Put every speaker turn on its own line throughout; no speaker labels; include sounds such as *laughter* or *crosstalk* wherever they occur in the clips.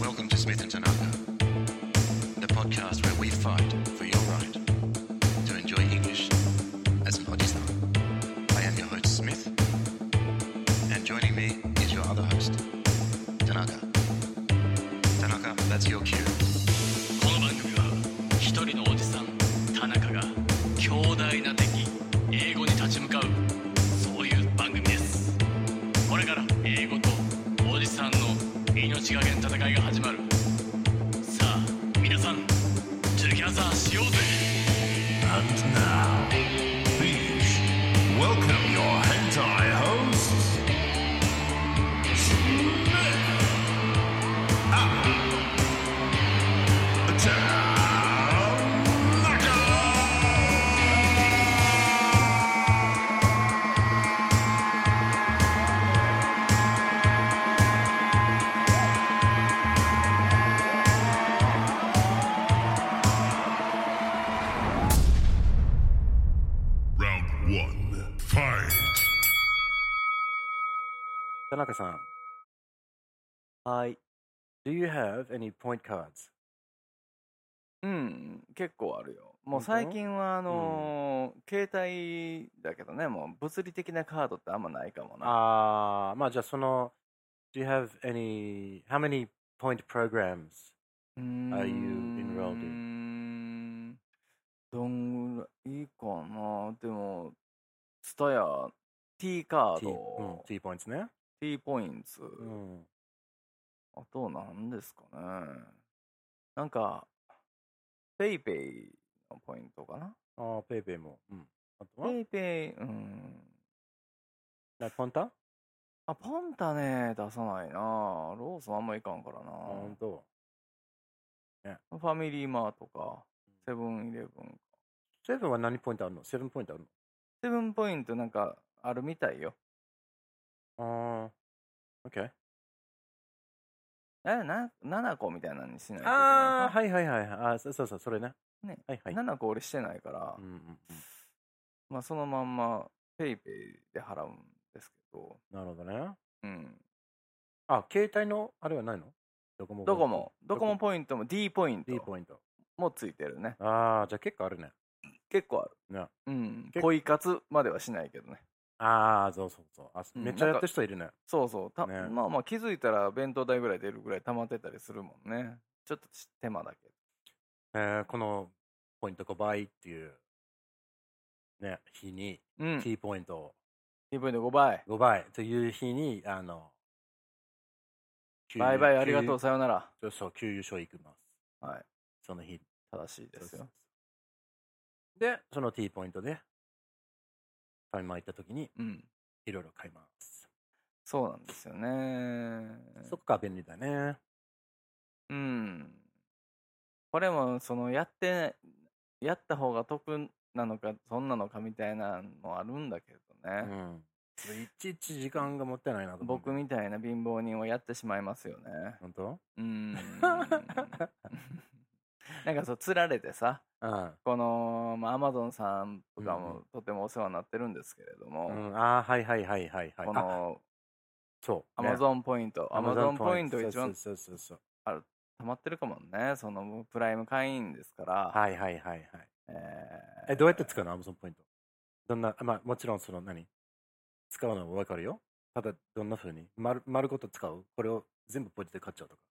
Welcome to Smith and Tanaka, the podcast where we fight for your right to enjoy English as an Odissan. I am your host, Smith, and joining me is your other host, Tanaka. Tanaka, that's your cue.
この番組は一人のおじさん田中が強大な敵英語に立ち向かうそういう番組ですこれから英語とおじさんの命がけの戦いが始まるさあ皆さんチェキャザーしようぜ
And now, please welcome your hentai hosts, Smith Ah. and Tanaka. Round one, fight.
Tanaka-san. Hi. Do you have any point cards?
うん、結構あるよ。も
本
う
当
最近は、あのー携帯だけどね、もう物理的なカードってあんまないかもな。
あー、まあじゃあその、Do you have any, how many point programs?
うーん
Are you enrolled
どんぐらいいいかな。でも、ツタヤ、T カー
T, うん
ド、、
T points ね。
T ポイント、
うん。
あと何ですかね。なんか、ペイペイのポイントかな。
あー、ペイペイも。うん。あとは、
ペイペイ、うん。
なポンタ
あ、ポンタね、出さないな。ローソンあんまいかんからな。
あ、ほんと。
ファミリーマートか、セブンイレブン。
セブンは何ポイントあるのセブンポイントある
セブンポイントなんかあるみたいよ。
のあー、OK。
え、な、7個みたいなのにしないといけ
あー、
な
はいはいはいはい。あー、そそうそう、それね。
ね
はいはいい。
な。7個俺してないから、
うんうんうん。
まあそのまんま、ペイペイで払うんですけど、
なるほどね。
うん。
あ、携帯の、あれはないのドコモ。
ドコモ、
ド
ド
コ
コ
モ
モポイントも D ポイン
D
ト
ポイント。
もついてるね。
あー、じゃあ結構あるね。
結構ある。
ね
うん
結。構
ポイ活まではしないけどね。
ああ、そうそうそう。あ
うん
めっちゃやってる人いるね。
そうそう。た
ね
まあまあ気づいたら弁当代ぐらい出るぐらい溜まってたりするもんね。ちょっと手間だけど。
えーこのポイント5倍っていう、ね、日に、
うん。T
T ポイントを
ポイント5倍。
5倍という日に、あの、
*laughs*
給油
バイバイありがと
給
う、。さよなら。
油そうそう、給油所行きます。
はい。
その日。
正しいですよ。
で、その T ポイントで、ファミマ行った時に、
うん。
いろいろ買います。
そうなんですよね。
そっか、便利だね。
うん。これも、その、やって、やった方が得なのか、そんなのかみたいなのあるんだけど
う
ね。
ん。いちいち時間がもったいないなと思う。
僕みたいな貧乏人をやってしまいますよね。
本当 *laughs*
うん。なんかそう、釣られてさ、
うん。
この、まあ、アマゾンさんとか
うんう
もとてもお世話になってるんですけれども、
うん、ああ、はいはいはいはいはい。
こ
あ
の、
そう。
アマ
ン、
ゾンポイント、アマゾンポイントが一番
そうそうそうそう
溜まってるかもね、そのプライム会員ですから、
はいはいはいはい。
えー
え、どうやって使うのアマゾンポイント。どんな、あまあもちろんその何使うのもわかるよ。ただ、どんな風に丸丸ごと使うこれを全部ポイントで買っちゃうとか。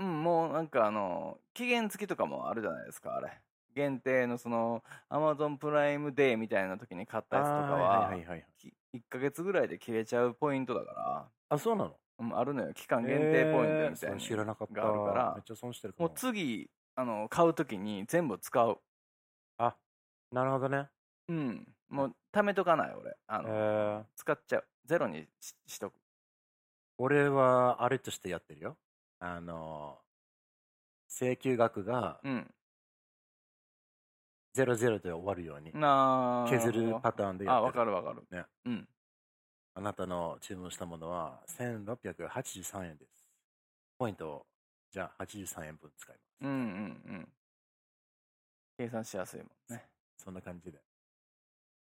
うん、もうなんかあの、期限付きとかもあるじゃないですか、あれ。限定のその Amazon プライムデーみたいな時に買ったやつとか
あー
は
はいはいはいはい。
き1ヶ月ぐらいで切れちゃうポイントだから
あ、そうなの
うんあるのよ期間限定ポイントみたい
え
な
ーそれ知らなかった。
があるから
めっちゃ損してるか
も
も。
う次あの買う時に全部使う
あ、なるほどね。
うんもう貯めとかない俺あ
え
の、
ー、
使っちゃうゼロにししとく
俺はあれとしてやってるよ。あの、請求額が
うん
00で終わるように、
なー
削るパターンでやってる。
あわかるわかる
ね
うん
あなたの注文したものは1683円です。ポイントを、じゃあ83円分使います。
うんうんうん計算しやすいもんね
そんな感じで。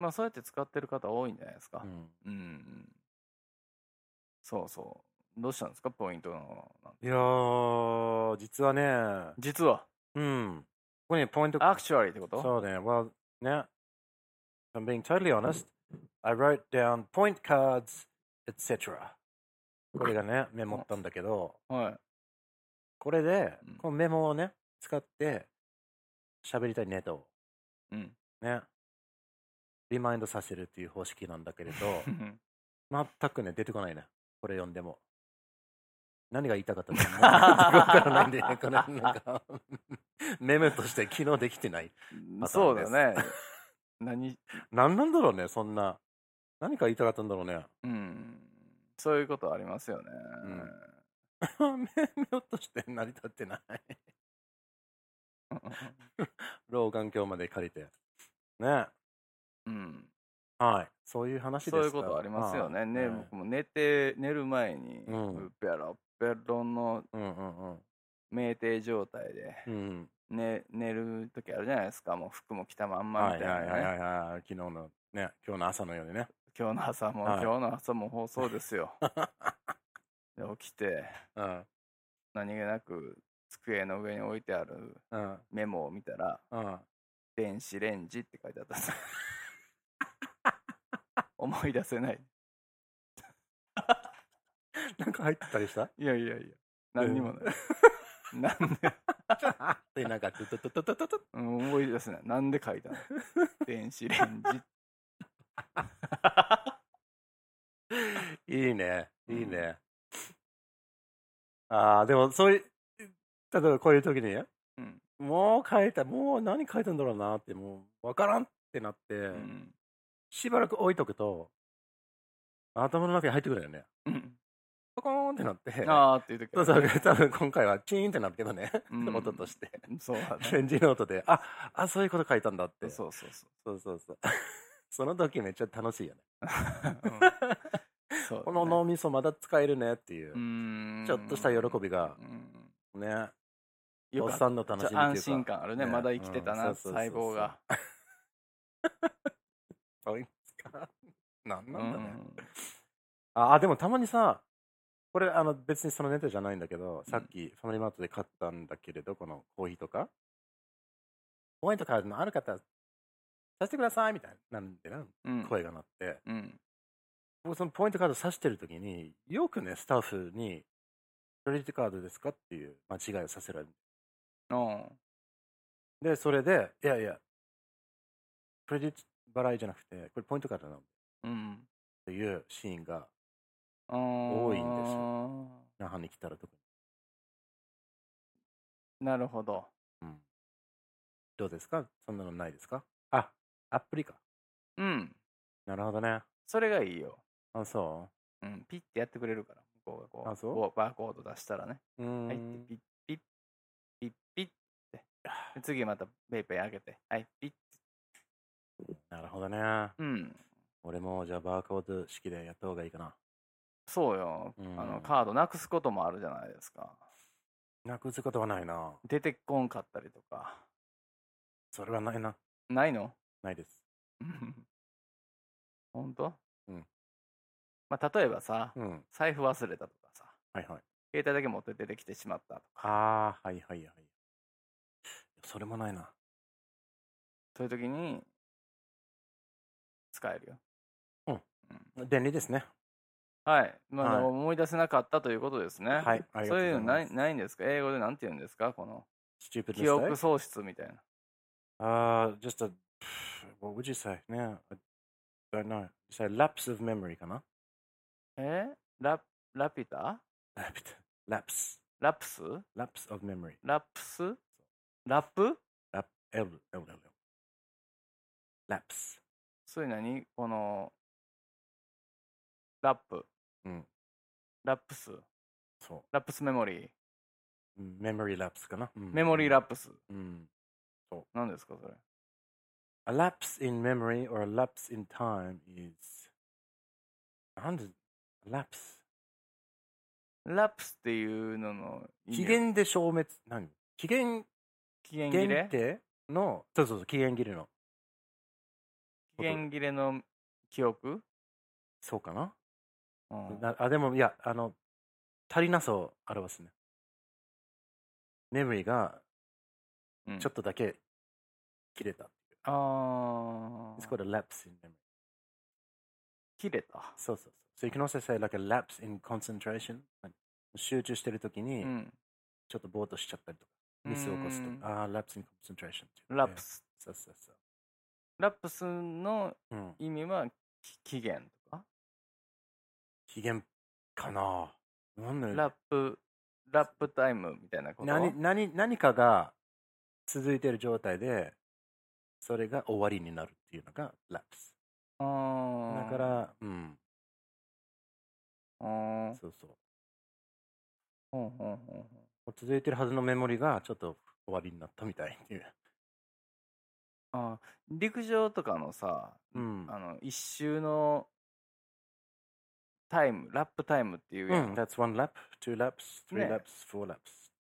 まあそうやって使ってる方多いんじゃないですか
うん
うん、うん、そうそうどうしたんですかポイントのなんて
いやー、実はね、
実は
うん。ここにポイント
アクチュアリーってこと
そうね。Well, yeah. If I'm being totally honest, I wrote down point cards, etc. これがね、メモったんだけど、
はい
これで
うん、
このメモをね、使って、喋りたいネタを、
うん
ね、リマインドさせるっていう方式なんだけれ
*laughs*
ど、全くね、出てこないね。これ読んでも。何が言いたかった
*laughs*
のか全くわからないんで、ね、このなんか、 *laughs* メモとして機能できてない。パターン
そう
で
だ
す
ね何
何なんだろうね、そんな。何か言いたかったんだろうね。 *laughs*
うんそういうことありますよね、
目目として成り立ってない。老眼鏡まで借りて。ね。
うん、
はい。そういう話ですか
そういうことありますよね。ね、
はい
僕も寝て、寝る前に、
うん
ペラペロの
うんうん
酩酊状態で、
うん。うん。
ね、寝る時あるじゃないですか。もう服も着たまんま
は
み
い
たい
はいはい
な
は
ね。
いはい。昨日のね、今日の朝のようにね。
今日の朝も、
はい
今日の朝も放送で
*laughs*
すよ。で起きて、
うん。
何気なく机の上に置いてある
うん。
メモを見たら、
うん。
電子レンジって書いてあった
*laughs*
んですよ思い出せない。
なんか入ってたりした
いやいやいや、何にもない。なんで
*laughs* で、なんか、トゥトゥトゥトゥトゥトゥ
うん思い出せない。なんで書いたの
*laughs*
電子レンジ。
いいね。いいね。ああ、でも、そういう、例えばこういう時に、
うん
もう書いた、もう何書いたんだろうなって、もう、わからんってなって、
うん
しばらく置いとくと、頭の中に入ってくるよね。 *laughs*
うん
ポコーンってなって、
あーっていう時
そう
は
そう、多分今回はチーンってなるけどね、
うん
*laughs* 音として。
そう
*laughs*
だね。
レンジの音で、あ、あ、そういうこと書いたんだって。
そうそうそ
そうそうそう。 *laughs* その時めっちゃ楽しいよね。
う。うん *laughs* そうだね
この脳みそまだ使えるねっていう
う、ーん
ちょっとした喜びが
うん
ね。
よ
お
か
っ
った
さんの楽しみって
ち
いうか。
ょ安心感あるね。
ね
まだ生きてた
う
な、
んそうそうそうそう
細胞が。
そういうんですか。 *laughs* なん
う
なんだね。
ん
ああ、でもたまにさ、これあの別にそのネタじゃないんだけど、さっきファミリーマートで買ったんだけれど、このコーヒーとか、ポイントカードのある方、させてくださいみたいな、なんてな、
うん
声が鳴って、
うん
僕そのポイントカードさしてる時に、よくね、スタッフに、クレジットカードですかっていう間違いをさせられる。
うん
で、それで、いやいや、クレジット払いじゃなくて、これポイントカードなのっ
うん
ていうシーンが、
多
いんです那覇に来たら特に、
なるほど。
うんどうですかそんなのないですかあ、アプリか。
うん。
なるほどね。
それがいいよ。
あ、そ
うん。ピッてやってくれるから。向こうが
あそう
こう、バーコード出したらね。
ううーん
はい、ってピッピッ、ピッピッって。で次またペイペイ開けて、はい、ピッ。
なるほどね。
うん。
俺もじゃあバーコード式でやった方がいいかな。
そうよ。
うん
あの、カードなくすこともあるじゃないですか。
なくすことはないな。
出てこんかったりとか。
それはないな。
ないの *laughs*
ないです。
本当
うん。
まあ、例えばさ、
うん。はい
財布忘れたとかさ、
はい。
携帯だけ持って出てきてしまったとか、
ああ、はいはいはい。それもないな。
そういう時に、使えるよ。
便利ですね。
はい。ま
は
あ、
い
思い出せなかったということですね。
はい。ありが
そう
と
いう
ご
うの
ざ
ないい
ます。
ないんですか英語でなんて言うんですかこの。
スチューピッ
記憶喪失みたいな。
Uh, just a, *sighs* what would you say? Yeah, I don't know. You say lapse of memory かな *laughs*
えララピュタ
?lapse,
ラプス
lapse of memory.
ラプスラップ
Lap, L, L, L, L. Lapse.
そういう何このラップ、
うん、
ラップス
そ
ラップスメモリー
う。memory lapse かな、うん、
メモリーラップス
うん。
何ですかそれ
A lapse in memory or a lapse in time is. なんで、lapse?
ラップスっていうのの
期限で消滅。何期限
期限切
限
れ
定の、そうそうそう、期限切れの。
期限切れの記憶、
そうかな、
うん
なあ、でも、いや、あの、足りなさを表すね。メモリが
うん
ちょっとだけ切れた。
あ
It's
あ
called a lapse in memory.
切れた
そうそうそう。So you can also say like a lapse in concentration. 何集中してるとき
う
に、
ん
ちょっとぼーっとしちゃったりとか、ミスを起こすと
うん
か、ああ、lapse in concentration っていうね
ラップ。ス
そうそうそう。
ラップスの
うん、
意味はき期限とか
機嫌かななんだ
ラッ
よ
プラップタイムみたいなこと
何何何かが続いてる状態でそれが終わりになるっていうのがラプスだ
ああ
からうん
うん
そうそう
ほんほんほんほん
続いてるはずのメモリがちょっと終わりになったみたいっていう、
あ陸上とかのさ、
うん
あの一周のタイムラップタイムっていう
う
やん、
ん、That's one lap, two laps, three
ね
laps, four laps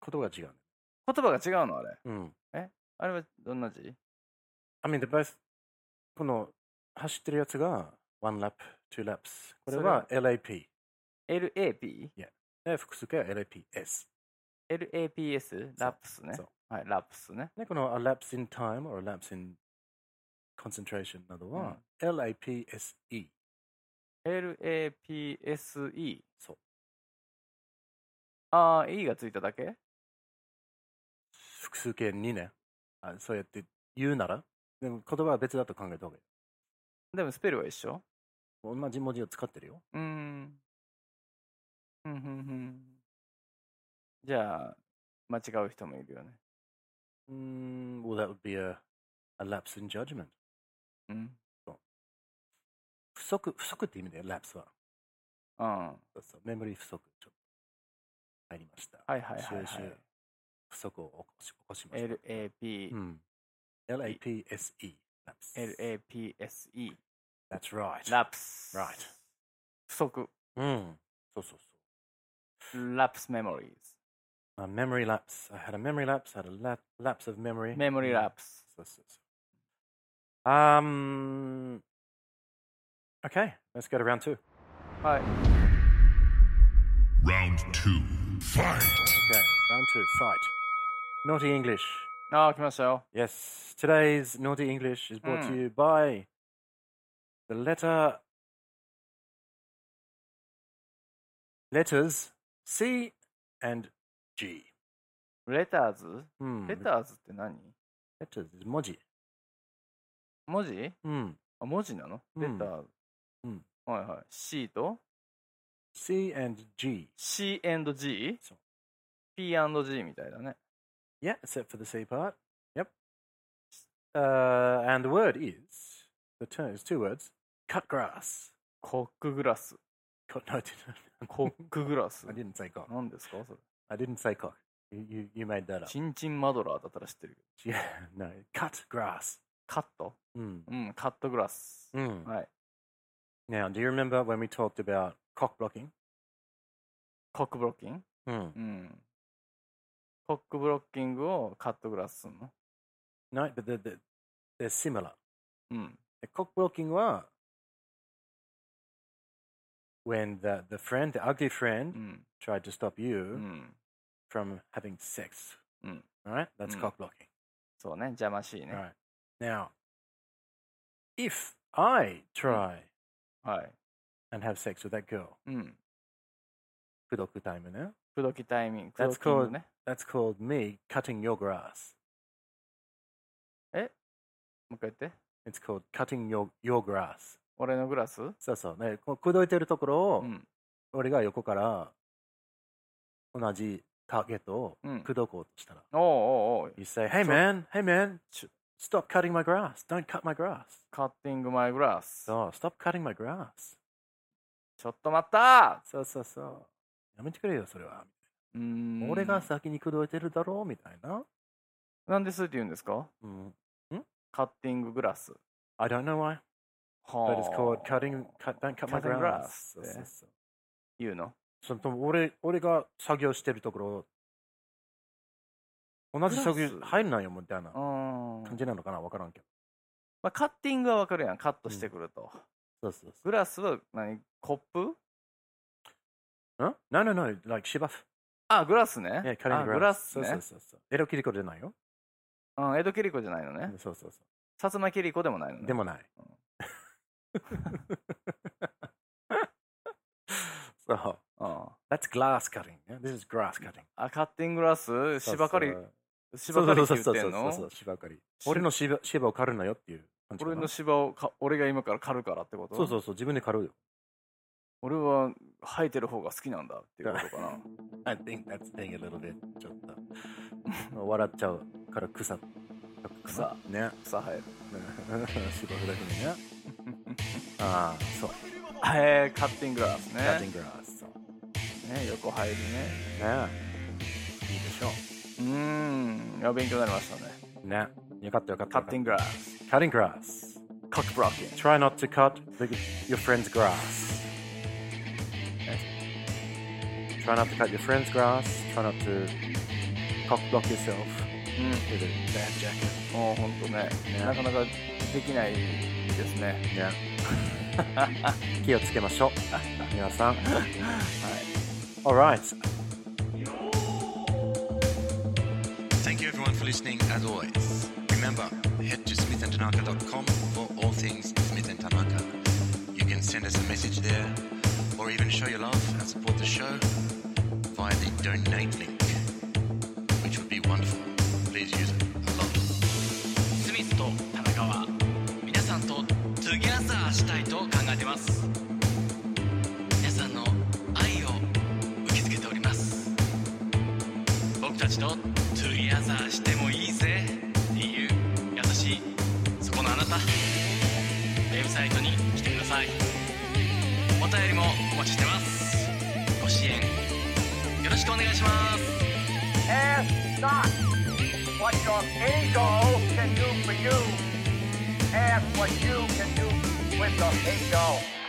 ことが違うね
言葉が違うのあれ
うん
あれはどんな字
I mean the best この走ってるやつが one lap, two laps これは LAP
?LAP?LAPS
で複数形は LAPS
ラップスね
そう
はいラップスね
ね、この a lapse in time or a lapse in concentration などは、LAPSE。
LAPSE
そう。
ああ E がついただけ
複数形にねあ、そうやって言うなら、でも言葉は別だと考えた方がい
でもスペルは一緒
い。同じ文字を使ってるよ。
うーんふんふんふんじゃあ間違う人もいるよね
うーん、well, that would be a, a lapse in judgment.
うん
不足、不足って意味だよ、lapse は。
うん
そうそう、メモリー不足。ちょっと入りました。
はいはいはいはい
収集不足を起こし起こしました。
LAP、
うん、LAPSE。lapse
LAPSE、
That's right. Mm.
ラプス。
Right.
不足、
うん。そうそうそう。
ラプスメモリー
A memory lapse. I had a memory lapse. I had a lap lapse of memory.
ズ。メモリー
Yeah.
ラプス。
So, so, so. Um. Okay, let's go to round two.
はい。
Round two. Fight.
Okay, round two. Fight. Naughty English.
ああ、来ましたよ。
Yes, today's naughty English is brought to
Mm.
you by the letter letters C and G.
レターズ
Hmm.
レターズって何
letters is moji.
文字
Hmm.
あ、文字なの
うん
レターズ。
うん
はいはい。C と
C and G.
C&G?
そう
P&G みたいだね。
Yeah, except for the C part. Yep. Uh, and the word is the term is two words. Cut grass.
コックグラス。
Cut, *laughs* no, I didn't,
コックグ
*laughs*
ラス
I。didn't say cock.
何ですかそれ。
I didn't say cock. You you, you made that up.
チンチンマドラーだったら知ってるけど。
*laughs* Yeah, no. Cut grass.
カット
Mm.
うん、カットグラス。
Mm.
はい。
Now, do you remember when we talked about cock blocking?
コックブロッキング
Mm.
うん。コックブロッキングをカットグラスするの
No, but they're, they're, they're similar.
うん。
The cock blocking was when the, the friend, the ugly
う
friend,
ん。
tried to stop you.
うん。
from having sex.
Mm.
All right, that's
Mm.
cock blocking.
そうね、邪魔しいね。
All
は
right. Now, if I try
い。
and have sex with that girl,
うん。
kudoku time, you know,
口説きタイミング。
That's
口説きね。
that's called me cutting your grass.
えう一回言って。
It's called cutting your, your grass.
俺のグラス
そうそう。ね、こう口説いてるところを、
うん。
俺が横から同じターゲットを
うん
口説こうとしたら、
おうおうおう。
You say, hey
そう
man, hey man, sh- stop cutting my grass, don't cut my grass.
カッティングマイグラス。
そう、stop cutting my grass.
ちょっと待った
そうそうそう。やめてくれよ、それは。
うーん。
俺が先に口説いてるだろうみたいな。
なんですって言うんですか
うん、
カッティンググラス。
I don't know why,
は
but it's called cutting, cut, don't cut my
Cutting
grass.
grass
そうそうそう
言うの
そのとも俺俺が作業してるところ、同じ作業
グラス
入んないよみたいな
うー
感
ん。
じなのかな、わからんけど。
まあ、カッティングはわかるやん。カットしてくると。
そうそうそう。
グラスは何コップ
ん ?No, no, no, like 芝生。
あ、グラスね。
Yeah, cutting
あ
grass.
グラス
そうそう
ね。
そうそう。エロキリコじゃないよ。
うん、江戸切子じゃないのね。
そうそうそ
薩摩切子でもないの
う。
ね。
でもない。 *laughs* そう。
うん。
That's glass cutting. yeah? This is grass cutting.
あ、カッティンググラス芝刈り、
そう
芝
そ
刈
う
りっ
そ
て
う
言っ
そう
て
そ
ん
うそうそう
の
芝刈り。俺の芝芝を刈るなよっていう感じかな
俺の芝をか、俺が今から刈るからってこと
そうそうそう、自分で刈るよ。
俺は生えてる方が好きなんだっていうことかな。
I think that's saying a little bit. ちょっと。 *laughs* 笑っちゃうから草。
草。
ね。
草生え
*laughs*
る。
芝生だけにね。ああ、そう。
へえカッティンググラスね。
Cutting grass. そう
ね横入りね。
ねいいでしょ
うーん、いや勉強になりましたね。
う。ねよかったよかった。
カッティンググラス、
Cutting grass.
コックブロッキング。
Try not to cut the, your friend's grass. Try not to cut your friend's grass. Try not to cock block yourself
う
with a bad jacket.
ん、もうほんとね、
ね
なかなかできないですね。
ね。 *laughs* 気をつけましょう。皆さん。Alright.
Thank you everyone for listening as always. Remember, head to smithandtanaka.com for all things Smith and Tanaka. You can send us a message there or even show your love and support the show via the donate link, which would be wonderful. Please use it a lot.
スミスと田中は皆さんとトゥギャザーしたいと考えてます皆さんの愛を受け付けております僕たちとトゥギャザーしてもいいぜっていう優しいそこのあなたウェブサイトに来てくださいお便りもお待ちしてますご支援よろしくお願いします
Ask not what your ego can do for you. Ask what you can do with your ego.